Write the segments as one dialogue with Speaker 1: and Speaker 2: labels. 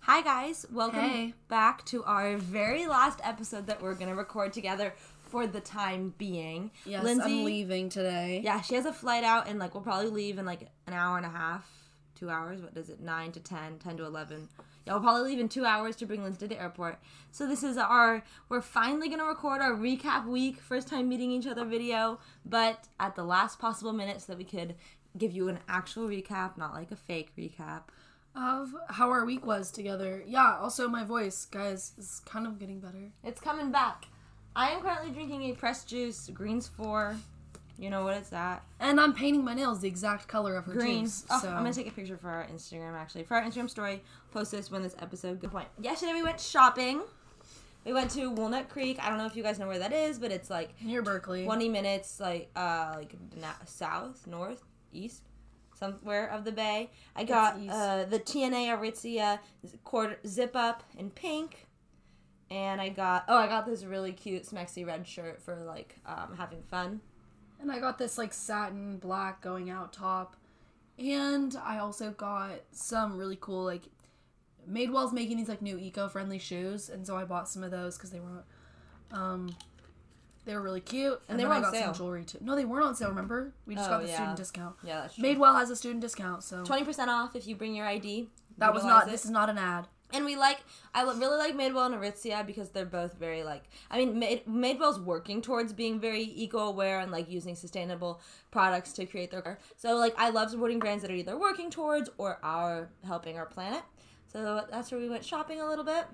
Speaker 1: Hi, guys. Welcome
Speaker 2: Hey.
Speaker 1: back to our very last episode that we're going to record together for the time being.
Speaker 2: Yes, I'm leaving today.
Speaker 1: Yeah, she has a flight out, and like we'll probably leave in like an hour and a half, two hours. What is it? Nine to 10, 10 to eleven. Yeah, we'll probably leave in two hours to bring Lindsay to the airport. So this is our we're finally gonna record our recap week, first time meeting each other video, but at the last possible minute so that we could give you an actual recap, not like a fake recap.
Speaker 2: Of how our week was together. Yeah, also my voice, guys, is kind of getting better.
Speaker 1: It's coming back. I am currently drinking a pressed juice, greens four. You know what it's at.
Speaker 2: And I'm painting my nails the exact color of her
Speaker 1: green.
Speaker 2: juice.
Speaker 1: Oh,
Speaker 2: so
Speaker 1: I'm gonna take a picture for our Instagram actually. For our Instagram story, post this when this episode. Good point. Yesterday we went shopping. We went to Walnut Creek. I don't know if you guys know where that is, but it's like
Speaker 2: near Berkeley.
Speaker 1: 20 minutes, like uh, like na- south, north, east, somewhere of the bay. I got
Speaker 2: east.
Speaker 1: uh, the TNA Aritzia quarter zip up in pink. And I got oh I got this really cute smexy red shirt for like um, having fun.
Speaker 2: And I got this like satin black going out top. And I also got some really cool like Madewell's making these like new eco-friendly shoes, and so I bought some of those because they were, um, they were really cute. And,
Speaker 1: they
Speaker 2: then
Speaker 1: were
Speaker 2: I
Speaker 1: on
Speaker 2: got
Speaker 1: sale.
Speaker 2: some jewelry too. No, they weren't on sale. Remember, we just
Speaker 1: Oh,
Speaker 2: got the
Speaker 1: yeah.
Speaker 2: student discount.
Speaker 1: Yeah, that's true.
Speaker 2: Madewell has a student discount, so
Speaker 1: Twenty percent off if you bring your ID.
Speaker 2: that was
Speaker 1: Utilize
Speaker 2: not.
Speaker 1: it.
Speaker 2: This is not an ad.
Speaker 1: And we like, I lo- really like Madewell and Aritzia because they're both very like, I mean, Made, Madewell's working towards being very eco-aware and like using sustainable products to create their. So like, I love supporting brands that are either working towards or are helping our planet. So that's where we went shopping a little bit,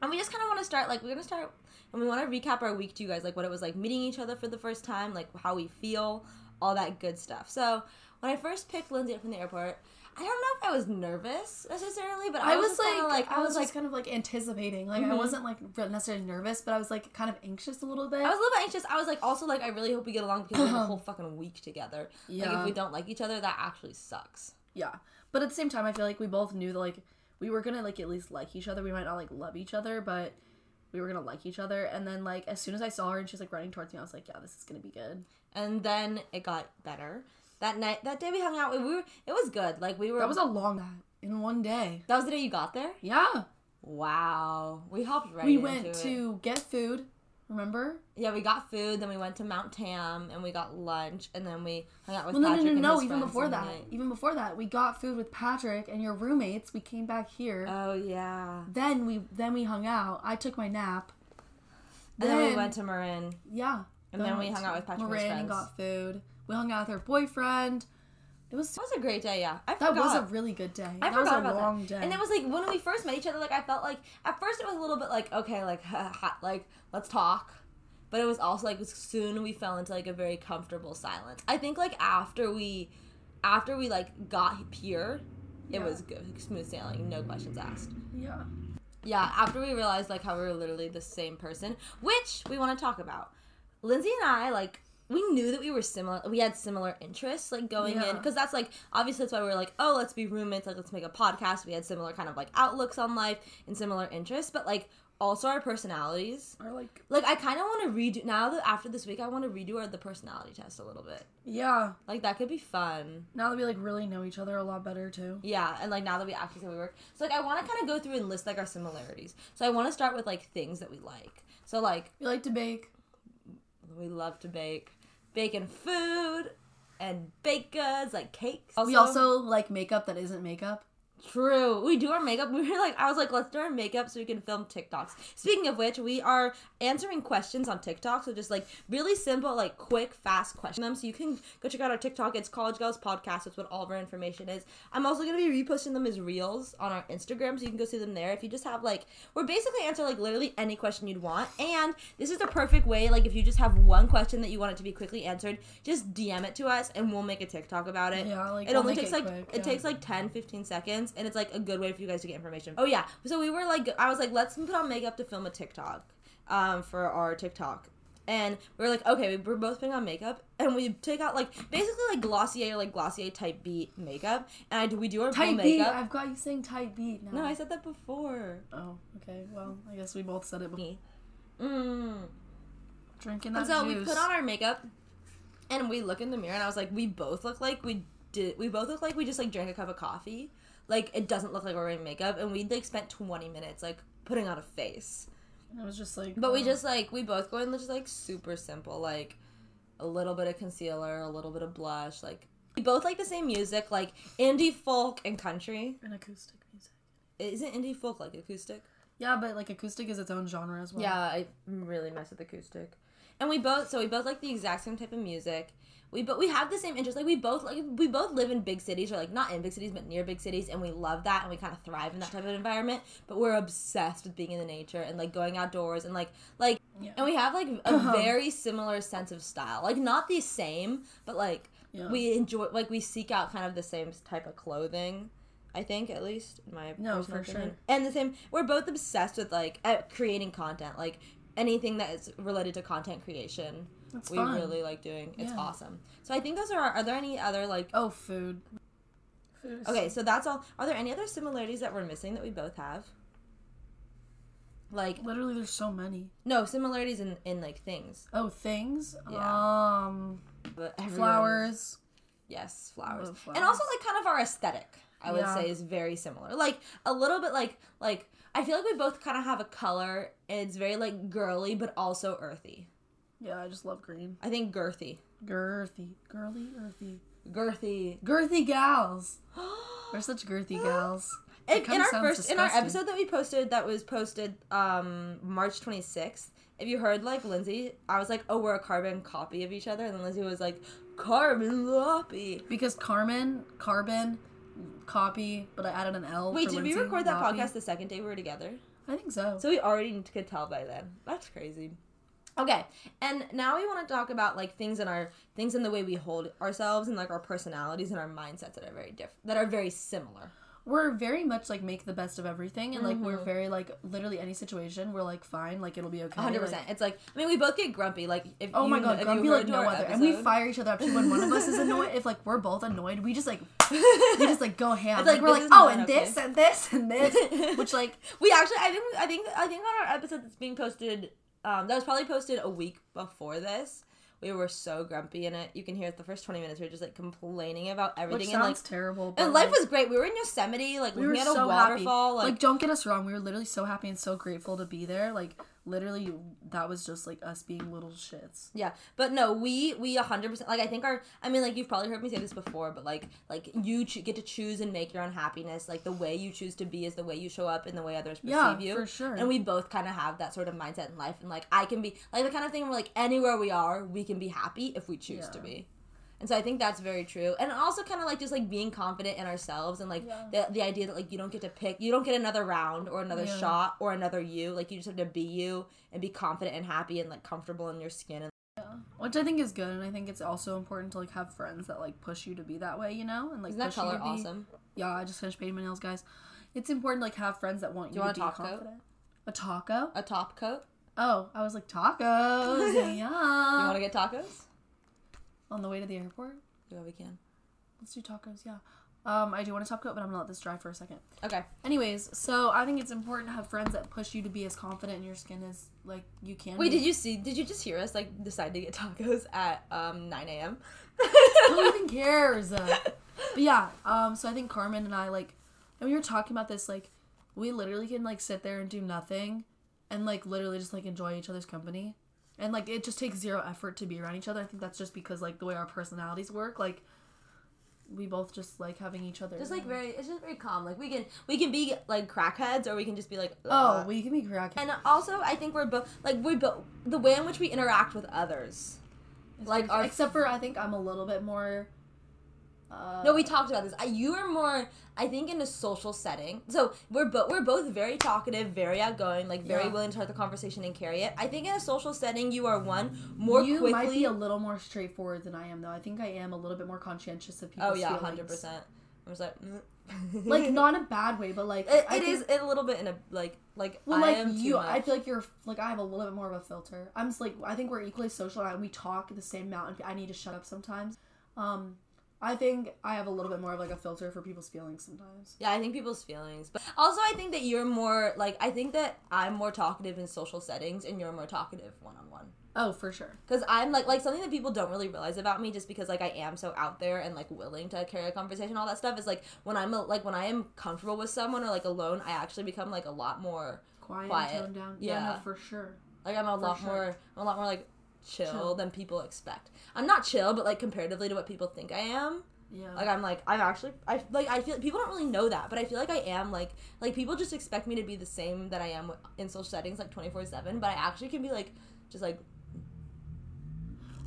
Speaker 1: and we just kind of want to start like we're gonna start and we want to recap our week to you guys like what it was like meeting each other for the first time, like how we feel, all that good stuff. So when I first picked Lindsay up from the airport. I don't know if I was nervous necessarily, but I, was, just kinda, like,
Speaker 2: I was, like Mm-hmm. kind of like anticipating. Like I wasn't like re- necessarily nervous, but I was like kind of anxious a little bit.
Speaker 1: I was a little bit anxious. I was like, also like, I really hope we get along because we have a whole fucking week together. Like,
Speaker 2: Yeah.
Speaker 1: if we don't like each other, that actually sucks.
Speaker 2: Yeah. But at the same time, I feel like we both knew that, like, we were gonna, like, at least like each other. We might not, like, love each other, but we were gonna like each other. And then, like, as soon as I saw her and she was, like, running towards me, I was like, yeah, this is gonna be good.
Speaker 1: And then it got better. That night, that day we hung out. We were, it was good. Like we were.
Speaker 2: That was a long night in one day.
Speaker 1: that was the day you got there.
Speaker 2: Yeah.
Speaker 1: Wow, we hopped right.
Speaker 2: We
Speaker 1: into
Speaker 2: went
Speaker 1: it.
Speaker 2: to get food, remember?
Speaker 1: yeah. We got food. Then we went to Mount Tam and we got lunch. And then we hung out with
Speaker 2: Well, no, no,
Speaker 1: Patrick
Speaker 2: no,
Speaker 1: and
Speaker 2: no,
Speaker 1: his
Speaker 2: even
Speaker 1: friends
Speaker 2: before
Speaker 1: on the
Speaker 2: that.
Speaker 1: night.
Speaker 2: Even before that, we got food with Patrick and your roommates. We came back here.
Speaker 1: Oh yeah.
Speaker 2: then we then we hung out. I took my nap.
Speaker 1: And then, we went to Marin.
Speaker 2: Yeah.
Speaker 1: And then we hung out with Patrick and his
Speaker 2: Marin
Speaker 1: friends.
Speaker 2: and got food. We hung out with her boyfriend. It was
Speaker 1: That was a great day. Yeah, I
Speaker 2: that
Speaker 1: forgot.
Speaker 2: was a really good day.
Speaker 1: I
Speaker 2: that was
Speaker 1: forgot
Speaker 2: a
Speaker 1: about
Speaker 2: long
Speaker 1: that.
Speaker 2: day.
Speaker 1: And it was like when we first met each other, like I felt like at first it was a little bit like okay, like hot, like let's talk. But it was also like soon we fell into like a very comfortable silence. I think like after we, after we like got here, it
Speaker 2: Yeah.
Speaker 1: was good, like, smooth sailing, no questions asked.
Speaker 2: yeah.
Speaker 1: Yeah, after we realized like how we were literally the same person, which we want to talk about. Lindsay and I like we knew that we were similar. We had similar interests like going in
Speaker 2: Yeah.
Speaker 1: because that's like obviously that's why we were like oh let's be roommates like let's make a podcast. We had similar kind of like outlooks on life and similar interests, but like also our personalities.
Speaker 2: Or like
Speaker 1: Like I kind of want to redo now that after this week I want to redo our the personality test a little bit.
Speaker 2: yeah.
Speaker 1: Like that could be fun.
Speaker 2: Now that we like really know each other a lot better too.
Speaker 1: Yeah, and like now that we actually say we work, so like I want to kind of go through and list like our similarities. So I want to start with like things that we like. So like
Speaker 2: We like to bake.
Speaker 1: we love to bake, baking food, and baked goods like cakes.
Speaker 2: we also like makeup that isn't makeup.
Speaker 1: true. We do our makeup. We were like I was like let's do our makeup so we can film TikToks. Speaking of which, we are answering questions on TikTok. So just like really simple, like quick, fast questions. Um, So you can go check out our TikTok. It's College Girls Podcast. That's what all of our information is. I'm also gonna be reposting them as reels on our Instagram, so you can go see them there. If you just have like, we're basically answer like literally any question you'd want, and this is the perfect way. Like if you just have one question that you want it to be quickly answered, just DM it to us, and we'll make a TikTok about it.
Speaker 2: Yeah, like,
Speaker 1: it
Speaker 2: we'll
Speaker 1: only
Speaker 2: make
Speaker 1: takes like
Speaker 2: it quick,
Speaker 1: it
Speaker 2: yeah.
Speaker 1: takes like 10, 15 seconds, and it's like a good way for you guys to get information. Oh yeah, so we were like, I was like, let's put on makeup to film a TikTok, um, for our TikTok and we were like, okay, we were both putting on makeup, and we take out like basically like Glossier or like Glossier Type B makeup, and I do, we do our full
Speaker 2: Type B.
Speaker 1: makeup.
Speaker 2: I've got you saying type B now.
Speaker 1: No, I said that before.
Speaker 2: Oh, okay. Well, I guess we both said it before.
Speaker 1: Me. Mm.
Speaker 2: Drinking
Speaker 1: And
Speaker 2: that
Speaker 1: so
Speaker 2: juice.
Speaker 1: we put on our makeup, and we look in the mirror, and I was like, we both look like we did. We both look like we just like drank a cup of coffee. like it doesn't look like we're wearing makeup, and we like spent twenty minutes like putting on a face.
Speaker 2: And I was just like,
Speaker 1: But we
Speaker 2: oh.
Speaker 1: just like we both go in just like super simple, like a little bit of concealer, a little bit of blush, like we both like the same music, like indie folk and country.
Speaker 2: and acoustic music.
Speaker 1: Isn't indie folk like acoustic?
Speaker 2: Yeah, but like acoustic is its own genre as well.
Speaker 1: Yeah, I really mess with acoustic. And we both so we both like the exact same type of music. We but we have the same interest. Like we both like we both live in big cities or like not in big cities but near big cities and we love that and we kind of thrive in that type of environment, but we're obsessed with being in the nature and like going outdoors and like like
Speaker 2: Yeah.
Speaker 1: and we have like a very similar sense of style. Like not the same, but like
Speaker 2: Yeah.
Speaker 1: we enjoy like we seek out kind of the same type of clothing. I think at least in my
Speaker 2: No,
Speaker 1: personal
Speaker 2: for
Speaker 1: opinion.
Speaker 2: sure.
Speaker 1: And the same, we're both obsessed with like uh, creating content, like anything that is related to content creation.
Speaker 2: It's
Speaker 1: we
Speaker 2: fun.
Speaker 1: really like doing. It's
Speaker 2: Yeah.
Speaker 1: awesome. So I think those are. Our, are there any other like?
Speaker 2: Oh, food. Food is-
Speaker 1: Okay, so that's all. Are there any other similarities that we're missing that we both have? Like
Speaker 2: Literally, there's so many.
Speaker 1: no similarities in in like things,
Speaker 2: Oh, things.
Speaker 1: Yeah.
Speaker 2: Um,
Speaker 1: but everyone-
Speaker 2: flowers.
Speaker 1: Yes, flowers.
Speaker 2: Love
Speaker 1: And also like kind of our aesthetic, I would
Speaker 2: Yeah.
Speaker 1: say is very similar. Like a little bit like like I feel like we both kind of have a color. It's very like girly but also earthy.
Speaker 2: Yeah, I just love green.
Speaker 1: I think girthy.
Speaker 2: Girthy, girly, earthy,
Speaker 1: Girthy.
Speaker 2: girthy gals. We're such girthy gals.
Speaker 1: In, in
Speaker 2: kinda
Speaker 1: our
Speaker 2: sounds
Speaker 1: first in our
Speaker 2: disgusting.
Speaker 1: episode that we posted that was posted um March 26th, if you heard like Lindsay, I was like, "Oh, we're a carbon copy of each other." And then Lindsay was like, "Carbon copy."
Speaker 2: Because Carmen, carbon, copy, but I added an L.
Speaker 1: Wait,
Speaker 2: for
Speaker 1: did we
Speaker 2: Lindsay,
Speaker 1: record that
Speaker 2: Loppy.
Speaker 1: podcast the second day we were together?
Speaker 2: I think so.
Speaker 1: So we already could tell by then. That's crazy. Okay, and now we want to talk about like things in our things in the way we hold ourselves and like our personalities and our mindsets that are very different that are very similar.
Speaker 2: We're very much like make the best of everything, and like
Speaker 1: Mm-hmm.
Speaker 2: we're very like literally any situation, we're like fine, like it'll be okay.
Speaker 1: Hundred
Speaker 2: like-
Speaker 1: percent. It's like I mean we both get grumpy. Like if
Speaker 2: Oh
Speaker 1: you,
Speaker 2: my god,
Speaker 1: if
Speaker 2: grumpy
Speaker 1: you heard
Speaker 2: like no
Speaker 1: our
Speaker 2: other, and we
Speaker 1: episode-
Speaker 2: fire each other up too. When one of us is annoyed, if like we're both annoyed, we just like we just like go ham.
Speaker 1: It's
Speaker 2: like,
Speaker 1: like,
Speaker 2: we're
Speaker 1: this is
Speaker 2: like, oh,
Speaker 1: not
Speaker 2: and
Speaker 1: okay."
Speaker 2: this and this and this, which like
Speaker 1: we actually I think I think I think on our episode that's being posted um that was probably posted a week before this. We were so grumpy in it. You can hear it the first twenty minutes. We were just like complaining about
Speaker 2: which
Speaker 1: everything and
Speaker 2: sounds
Speaker 1: like
Speaker 2: terrible.
Speaker 1: and
Speaker 2: but,
Speaker 1: life
Speaker 2: like,
Speaker 1: was great. We were in Yosemite, like
Speaker 2: we were
Speaker 1: looking at a
Speaker 2: so
Speaker 1: waterfall,
Speaker 2: happy.
Speaker 1: like,
Speaker 2: Like, don't get us wrong, we were literally so happy and so grateful to be there. Like, literally, that was just like us being little shits.
Speaker 1: Yeah, but no, we we a hundred percent like I think our I mean like you've probably heard me say this before, but like like you cho- get to choose and make your own happiness. Like the way you choose to be is the way you show up and the way others perceive
Speaker 2: Yeah,
Speaker 1: you.
Speaker 2: for sure.
Speaker 1: And we both kind of have that sort of mindset in life, and like I can be like the kind of thing where like anywhere we are, we can be happy if we choose to
Speaker 2: Yeah.
Speaker 1: be. And so I think that's very true, and also kind of like just like being confident in ourselves, and like
Speaker 2: Yeah.
Speaker 1: the, the idea that like you don't get to pick, you don't get another round or another
Speaker 2: Yeah.
Speaker 1: shot or another you, like you just have to be you and be confident and happy and like comfortable in your skin and
Speaker 2: Which I think is good, and I think it's also important to like have friends that like push you to be that way, you know, and like
Speaker 1: Isn't that
Speaker 2: push you
Speaker 1: color
Speaker 2: to be-
Speaker 1: awesome?
Speaker 2: Yeah, I just finished painting my nails, guys. It's important to like have friends that want you,
Speaker 1: want
Speaker 2: to
Speaker 1: a
Speaker 2: be
Speaker 1: taco?
Speaker 2: confident. A taco?
Speaker 1: A top coat?
Speaker 2: Oh, I was like tacos.
Speaker 1: You
Speaker 2: yeah.
Speaker 1: want to get tacos?
Speaker 2: On the way to the airport,
Speaker 1: Yeah, we can.
Speaker 2: let's do tacos. Yeah. Um, I do want to taco, but I'm gonna let this dry for a second.
Speaker 1: Okay.
Speaker 2: Anyways, so I think it's important to have friends that push you to be as confident in your skin as like you can.
Speaker 1: Wait,
Speaker 2: be.
Speaker 1: did you see? Did you just hear us like decide to get tacos at um 9 a.m.?
Speaker 2: Who even cares? but yeah, um, so I think Carmen and I like, and we were talking about this like, we literally can like sit there and do nothing, and like literally just like enjoy each other's company, and like it just takes zero effort to be around each other. I think that's just because like the way our personalities work, like, we both just like having each other.
Speaker 1: Just like very, it's just very calm. Like we can we can be like crackheads, or we can just be like
Speaker 2: oh,
Speaker 1: "Ugh."
Speaker 2: we can be cracking.
Speaker 1: And also, I think we're both like we both the way in which we interact with others. Like our
Speaker 2: except for I think I'm a little bit more. Uh,
Speaker 1: No, we talked about this. I, you are more, I think, in a social setting. So we're both we're both very talkative, very outgoing, like very
Speaker 2: Yeah.
Speaker 1: willing to start the conversation and carry it. I think in a social setting, you are one more
Speaker 2: you
Speaker 1: quickly.
Speaker 2: might be a little more straightforward than I am, though. I think I am a little bit more conscientious of people's
Speaker 1: oh yeah,
Speaker 2: feelings.
Speaker 1: hundred percent. I was like, mm.
Speaker 2: Like not in a bad way, but like
Speaker 1: It,
Speaker 2: I
Speaker 1: it
Speaker 2: think-
Speaker 1: is a little bit in a like like
Speaker 2: Well,
Speaker 1: I
Speaker 2: like
Speaker 1: am
Speaker 2: you,
Speaker 1: too much.
Speaker 2: I feel like you're like I have a little bit more of a filter. I'm just like I think we're equally social and we talk the same amount. And I need to shut up sometimes. Um, I think I have a little bit more of like a filter for people's feelings sometimes.
Speaker 1: Yeah, I think people's feelings. But also I think that you're more like I think that I'm more talkative in social settings and you're more talkative one on one.
Speaker 2: Oh, for sure.
Speaker 1: because I'm like like something that people don't really realize about me just because like I am so out there and like willing to carry a conversation all that stuff is like when I'm a, like when I am comfortable with someone or like alone I actually become like a lot more
Speaker 2: Quiet,
Speaker 1: Quiet.
Speaker 2: and toned down. Yeah, no,
Speaker 1: Yeah.
Speaker 2: for sure.
Speaker 1: like I'm a lot
Speaker 2: sure.
Speaker 1: more I'm a lot more like chill,
Speaker 2: Chill.
Speaker 1: than people expect. I'm not chill but like comparatively to what people think I am
Speaker 2: Yeah.
Speaker 1: like I'm like I'm actually I like I feel people don't really know that but I feel like I am like like people just expect me to be the same that I am in social settings like 24/7 but I actually can be like just like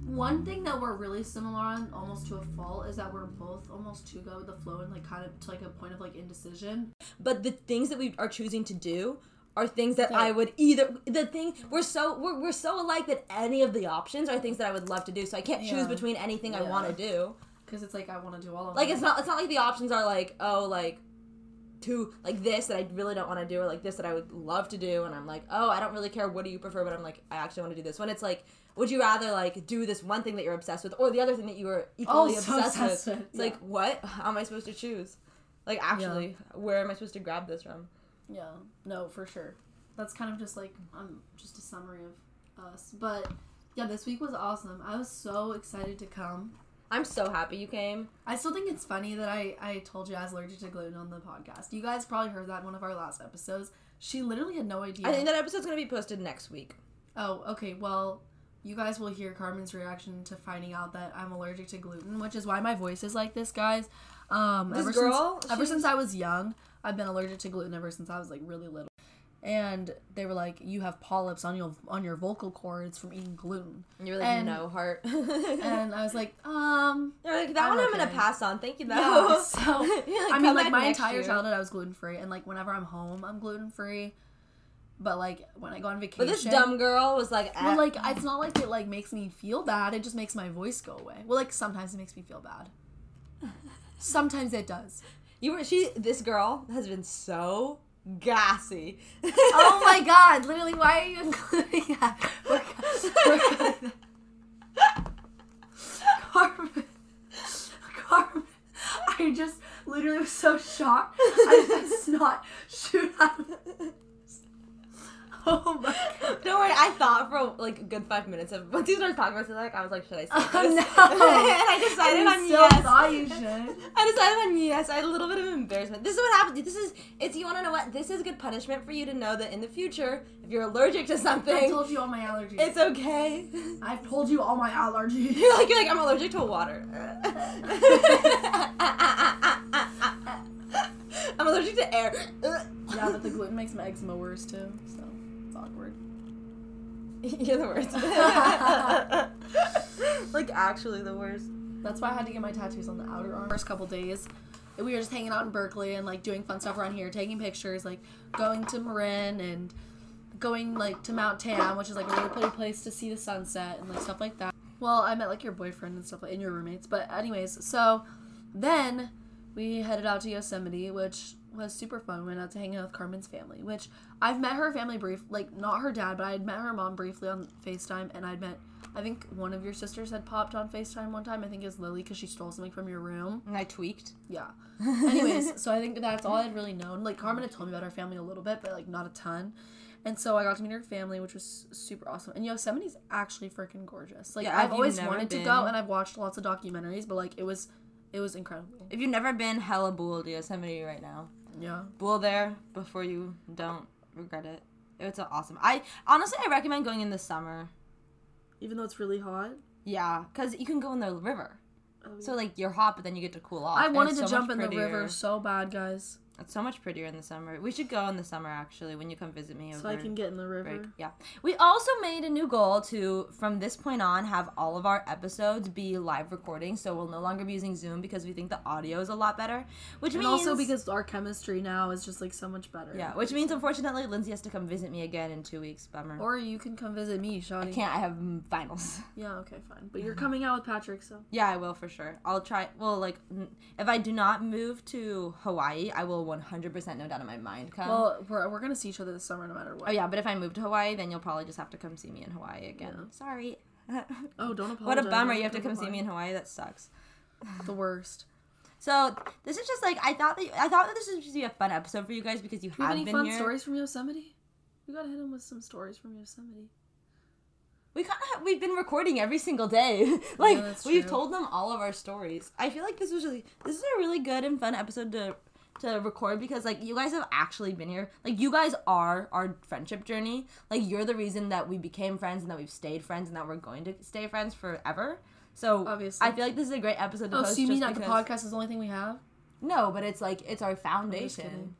Speaker 2: One thing that we're really similar on, almost to a fault, is that we're both almost to go with the flow and like kind of to like a point of like indecision.
Speaker 1: but the things that we are choosing to do are things that
Speaker 2: That-
Speaker 1: I would either the thing we're so we're, we're so alike that any of the options are things that I would love to do so I can't
Speaker 2: Yeah.
Speaker 1: choose between anything I
Speaker 2: Yeah.
Speaker 1: want to do
Speaker 2: Because it's like I want to do all of
Speaker 1: like
Speaker 2: it.
Speaker 1: it's not it's not like the options are like oh like two like this that I really don't want to do or like this that I would love to do and I'm like oh I don't really care what do you prefer but I'm like I actually want to do this one it's like would you rather like do this one thing that you're obsessed with or the other thing that you are equally
Speaker 2: Also
Speaker 1: obsessed,
Speaker 2: obsessed
Speaker 1: with,
Speaker 2: with,
Speaker 1: it's like what how am I supposed to choose like actually where am I supposed to grab this from
Speaker 2: Yeah, no, for sure. That's kind of just like um, just a summary of us. But yeah, this week was awesome. I was so excited to come.
Speaker 1: I'm so happy you came.
Speaker 2: I still think it's funny that I I told you I was allergic to gluten on the podcast. You guys probably heard that in one of our last episodes. She literally had no idea.
Speaker 1: I think that episode's gonna be posted next week.
Speaker 2: oh, okay. Well, you guys will hear Carmen's reaction to finding out that I'm allergic to gluten, which is why my voice is like this, guys. Um,
Speaker 1: This
Speaker 2: ever
Speaker 1: girl,
Speaker 2: since, ever
Speaker 1: she's-
Speaker 2: since I was young, I've been allergic to gluten ever since I was like really little. And they were like, "You have polyps on your on your vocal cords from eating gluten."
Speaker 1: And you're like,
Speaker 2: And-
Speaker 1: no heart. and
Speaker 2: And I was like, "Um,
Speaker 1: they're like, that
Speaker 2: I'm
Speaker 1: one I'm gonna
Speaker 2: okay.
Speaker 1: pass on. Thank you though.
Speaker 2: Yeah, so,
Speaker 1: You're
Speaker 2: I
Speaker 1: "Come
Speaker 2: mean, like
Speaker 1: back
Speaker 2: my
Speaker 1: next
Speaker 2: entire
Speaker 1: year."
Speaker 2: childhood, I was gluten free, and like whenever I'm home, I'm gluten free. But like when I go on vacation,
Speaker 1: But this dumb girl was like, eh.
Speaker 2: well, like it's not like it like makes me feel bad. It just makes my voice go away. Well, like sometimes it makes me feel bad. Sometimes it does.
Speaker 1: you were she. This girl has been so gassy.
Speaker 2: Oh my god! Literally, why are you including that? We're, we're, Carmen, Carmen, I just literally was so shocked. I just not shoot out. of this. Oh my god!
Speaker 1: Don't worry, I thought for like a good five minutes of once you started talking about something, like I was like, should I say
Speaker 2: Oh,
Speaker 1: this?
Speaker 2: no.
Speaker 1: and I decided
Speaker 2: You
Speaker 1: on
Speaker 2: still
Speaker 1: yes.
Speaker 2: thought you should.
Speaker 1: I decided on yes. I had a little bit of embarrassment. This is what happens. This is it's you want to know what this is good punishment for you to know that in the future if you're allergic to
Speaker 2: I
Speaker 1: something,
Speaker 2: told you all my allergies.
Speaker 1: it's okay.
Speaker 2: I've told you all my allergies.
Speaker 1: You're like you're like I'm allergic to water. I'm allergic to air.
Speaker 2: yeah, but the gluten makes my eczema worse too, so it's awkward.
Speaker 1: You're the worst. like actually the worst.
Speaker 2: That's why I had to get my tattoos on the outer arm. First couple days, we were just hanging out in Berkeley and like doing fun stuff around here, taking pictures, like going to Marin and going like to Mount Tam, which is like a really pretty place to see the sunset and like stuff like that. Well, I met like your boyfriend and stuff like and your roommates, but anyways, so then we headed out to Yosemite, which was super fun. We went out to hang out with Carmen's family, which I've met her family brief, like not her dad, but I had met her mom briefly on FaceTime, and I'd met, I think one of your sisters had popped on FaceTime one time. I think it was Lily because she stole something from your room.
Speaker 1: And I tweaked.
Speaker 2: Yeah. Anyways, so I think that's all I'd really known. Like Carmen had told me about her family a little bit, but like not a ton. And so I got to meet her family, which was super awesome. And Yosemite's actually freaking gorgeous. Like
Speaker 1: Yeah, have
Speaker 2: I've
Speaker 1: you
Speaker 2: always
Speaker 1: never
Speaker 2: wanted
Speaker 1: been?
Speaker 2: to go, and I've watched lots of documentaries, but like it was, it was incredible.
Speaker 1: If you've never been hella bull to Yosemite right now,
Speaker 2: Yeah.
Speaker 1: bull there before you don't regret it. It's awesome. I honestly I recommend going in the summer.
Speaker 2: Even though it's really
Speaker 1: Uh,
Speaker 2: hot.
Speaker 1: Yeah, because you can go in the river. So like you're hot, but then you get to cool off.
Speaker 2: Oh, I
Speaker 1: and
Speaker 2: wanted
Speaker 1: it's
Speaker 2: to
Speaker 1: so
Speaker 2: jump
Speaker 1: much
Speaker 2: in the
Speaker 1: prettier.
Speaker 2: river so bad, guys,
Speaker 1: It's so much prettier in the summer. We should go in the summer actually when you come visit me. Over
Speaker 2: so I can get in the
Speaker 1: break.
Speaker 2: river.
Speaker 1: Mm-hmm. Yeah, we also made a new goal to from this point on have all of our episodes be live recording. So we'll no longer be using Zoom because we think the audio is a lot better. Which
Speaker 2: And
Speaker 1: means
Speaker 2: also because our chemistry now is just like so much better.
Speaker 1: yeah, which means unfortunately Lindsay has to come visit me again in two weeks. Bummer.
Speaker 2: Or you can come visit me, Shawty.
Speaker 1: can't I have mm, finals?
Speaker 2: Yeah, okay, fine. But you're coming out with Patrick, so
Speaker 1: Yeah, I will for sure. I'll try. Well, like, n- if I do not move to Hawaii, I will 100% no doubt in my mind come.
Speaker 2: well, we're, we're gonna see each other this summer no matter
Speaker 1: Um,
Speaker 2: what.
Speaker 1: oh, yeah, but if I move to Hawaii, then you'll probably just have to come see me in Hawaii again. Sorry.
Speaker 2: Oh, don't apologize.
Speaker 1: what a bummer.
Speaker 2: I'm
Speaker 1: You have to
Speaker 2: gonna
Speaker 1: come see me in Hawaii. That sucks.
Speaker 2: Hawaii. The worst.
Speaker 1: So this is just like I thought that I thought that this was just be a fun episode for you guys because you
Speaker 2: Do you
Speaker 1: have
Speaker 2: have any
Speaker 1: been
Speaker 2: fun
Speaker 1: here.
Speaker 2: stories from Yosemite? We gotta hit him with some stories from Yosemite.
Speaker 1: we kind of we've been recording every single day. like
Speaker 2: Yeah, that's
Speaker 1: we've
Speaker 2: true.
Speaker 1: told them all of our stories. I feel like this was really this is a really good and fun episode to to record because like you guys have actually been here. Like you guys are our friendship journey. Like you're the reason that we became friends and that we've stayed friends and that we're going to stay friends forever. So
Speaker 2: Obviously.
Speaker 1: I feel like this is a great episode to
Speaker 2: Oh,
Speaker 1: post.
Speaker 2: so you mean
Speaker 1: just
Speaker 2: that the
Speaker 1: because-
Speaker 2: podcast is the only thing we have?
Speaker 1: No, but it's like it's our
Speaker 2: I'm just
Speaker 1: foundation.
Speaker 2: kidding.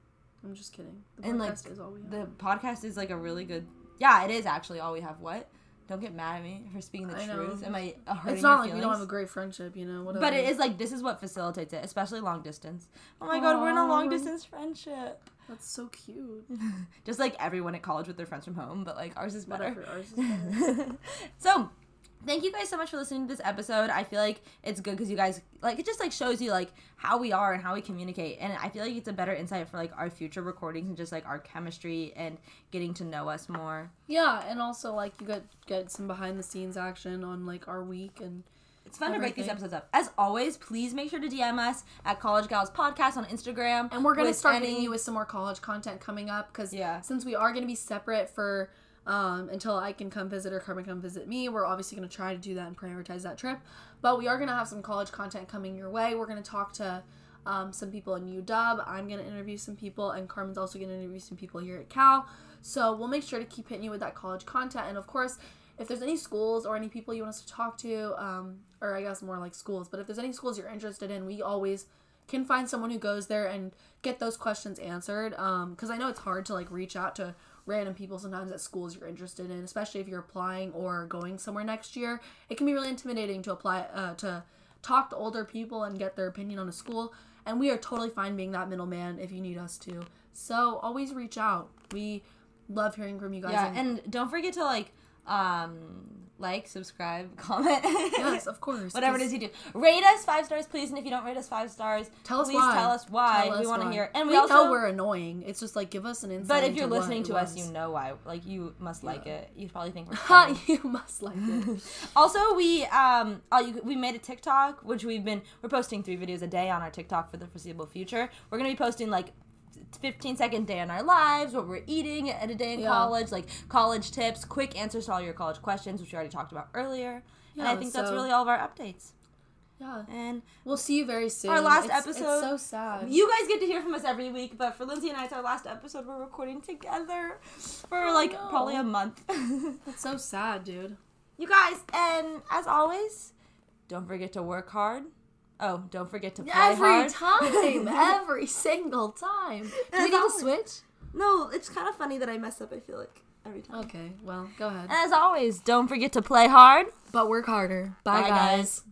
Speaker 2: I'm just kidding. The podcast
Speaker 1: And, like,
Speaker 2: is all we have.
Speaker 1: The podcast is like a really good. Yeah, it is actually all we have. What? Don't get mad at me for speaking the
Speaker 2: I know.
Speaker 1: truth. Am I uh, hurting
Speaker 2: It's not
Speaker 1: your
Speaker 2: like we don't
Speaker 1: feelings?
Speaker 2: have a great friendship, you know. Whatever.
Speaker 1: But it is like this is what facilitates it, especially long distance. Oh my god, we're in a long
Speaker 2: Aw.
Speaker 1: distance friendship.
Speaker 2: That's so cute.
Speaker 1: Just like everyone at college with their friends from home, but like ours is better.
Speaker 2: Whatever. Ours is better.
Speaker 1: so, thank you guys so much for listening to this episode. I feel like it's good because you guys like it just like shows you like how we are and how we communicate, and I feel like it's a better insight for like our future recordings and just like our chemistry and getting to know us more.
Speaker 2: yeah, and also like you get get some behind the scenes action on like our week and
Speaker 1: It's fun to break these
Speaker 2: Everything.
Speaker 1: episodes up. As always, please make sure to DM us at College Gals Podcast on Instagram.
Speaker 2: and we're gonna
Speaker 1: with
Speaker 2: start
Speaker 1: any-
Speaker 2: hitting you with some more college content coming up because
Speaker 1: Yeah.
Speaker 2: since we are gonna be separate for um, until I can come visit or Carmen come visit me, we're obviously gonna try to do that and prioritize that trip. But we are gonna have some college content coming your way. We're gonna talk to um, some people in UW. I'm gonna interview some people, and Carmen's also gonna interview some people here at Cal. So we'll make sure to keep hitting you with that college content, and of course. If there's any schools or any people you want us to talk to, um, or I guess more like schools, but if there's any schools you're interested in, we always can find someone who goes there and get those questions answered. Um, because I know it's hard to like reach out to random people sometimes at schools you're interested in, especially if you're applying or going somewhere next year. It can be really intimidating to apply uh, to talk to older people and get their opinion on a school. And we are totally fine being that middleman if you need us to. So always reach out. We love hearing from you guys.
Speaker 1: Yeah, and don't forget to like, um, like, subscribe, comment.
Speaker 2: yes, of course.
Speaker 1: Whatever it
Speaker 2: because
Speaker 1: is you do, rate us five stars, please. And if you don't rate us five stars,
Speaker 2: Tell us
Speaker 1: please
Speaker 2: why.
Speaker 1: tell us why.
Speaker 2: tell
Speaker 1: we
Speaker 2: us
Speaker 1: want to
Speaker 2: why.
Speaker 1: hear. And
Speaker 2: we,
Speaker 1: we, also,
Speaker 2: know we're annoying. It's just like give us an insight.
Speaker 1: but if you're
Speaker 2: into what
Speaker 1: listening
Speaker 2: it
Speaker 1: to us,
Speaker 2: was.
Speaker 1: you know why. Like you must like it. You probably think we're. funny.
Speaker 2: Ha! You must like it.
Speaker 1: also, we um, oh, you, we made a TikTok, which we've been we're posting three videos a day on our TikTok for the foreseeable future. We're gonna be posting like. 15 second day in our lives, what we're eating at a day in
Speaker 2: Yeah.
Speaker 1: college, like college tips, quick answers to all your college questions, which we already talked about earlier. and I
Speaker 2: Yeah,
Speaker 1: think that's
Speaker 2: so-
Speaker 1: really all of our updates.
Speaker 2: Yeah.
Speaker 1: And
Speaker 2: We'll see you very soon.
Speaker 1: Our last
Speaker 2: It's-
Speaker 1: episode-
Speaker 2: It's so sad.
Speaker 1: you guys get to hear from us every week, but for Lindsay and I, it's our last episode we're recording together for like
Speaker 2: no.
Speaker 1: probably a month.
Speaker 2: It's so sad, dude.
Speaker 1: You guys, and as always, don't forget to work hard. Oh, don't forget to play hard.
Speaker 2: every single time.
Speaker 1: As
Speaker 2: Do we need to
Speaker 1: always.
Speaker 2: switch?
Speaker 1: no, it's kind of funny that I mess up. I feel like every
Speaker 2: Oh.
Speaker 1: time.
Speaker 2: Okay, well, go ahead.
Speaker 1: And as always, don't forget to play hard.
Speaker 2: But work harder.
Speaker 1: Bye,
Speaker 2: Bye,
Speaker 1: guys.
Speaker 2: guys.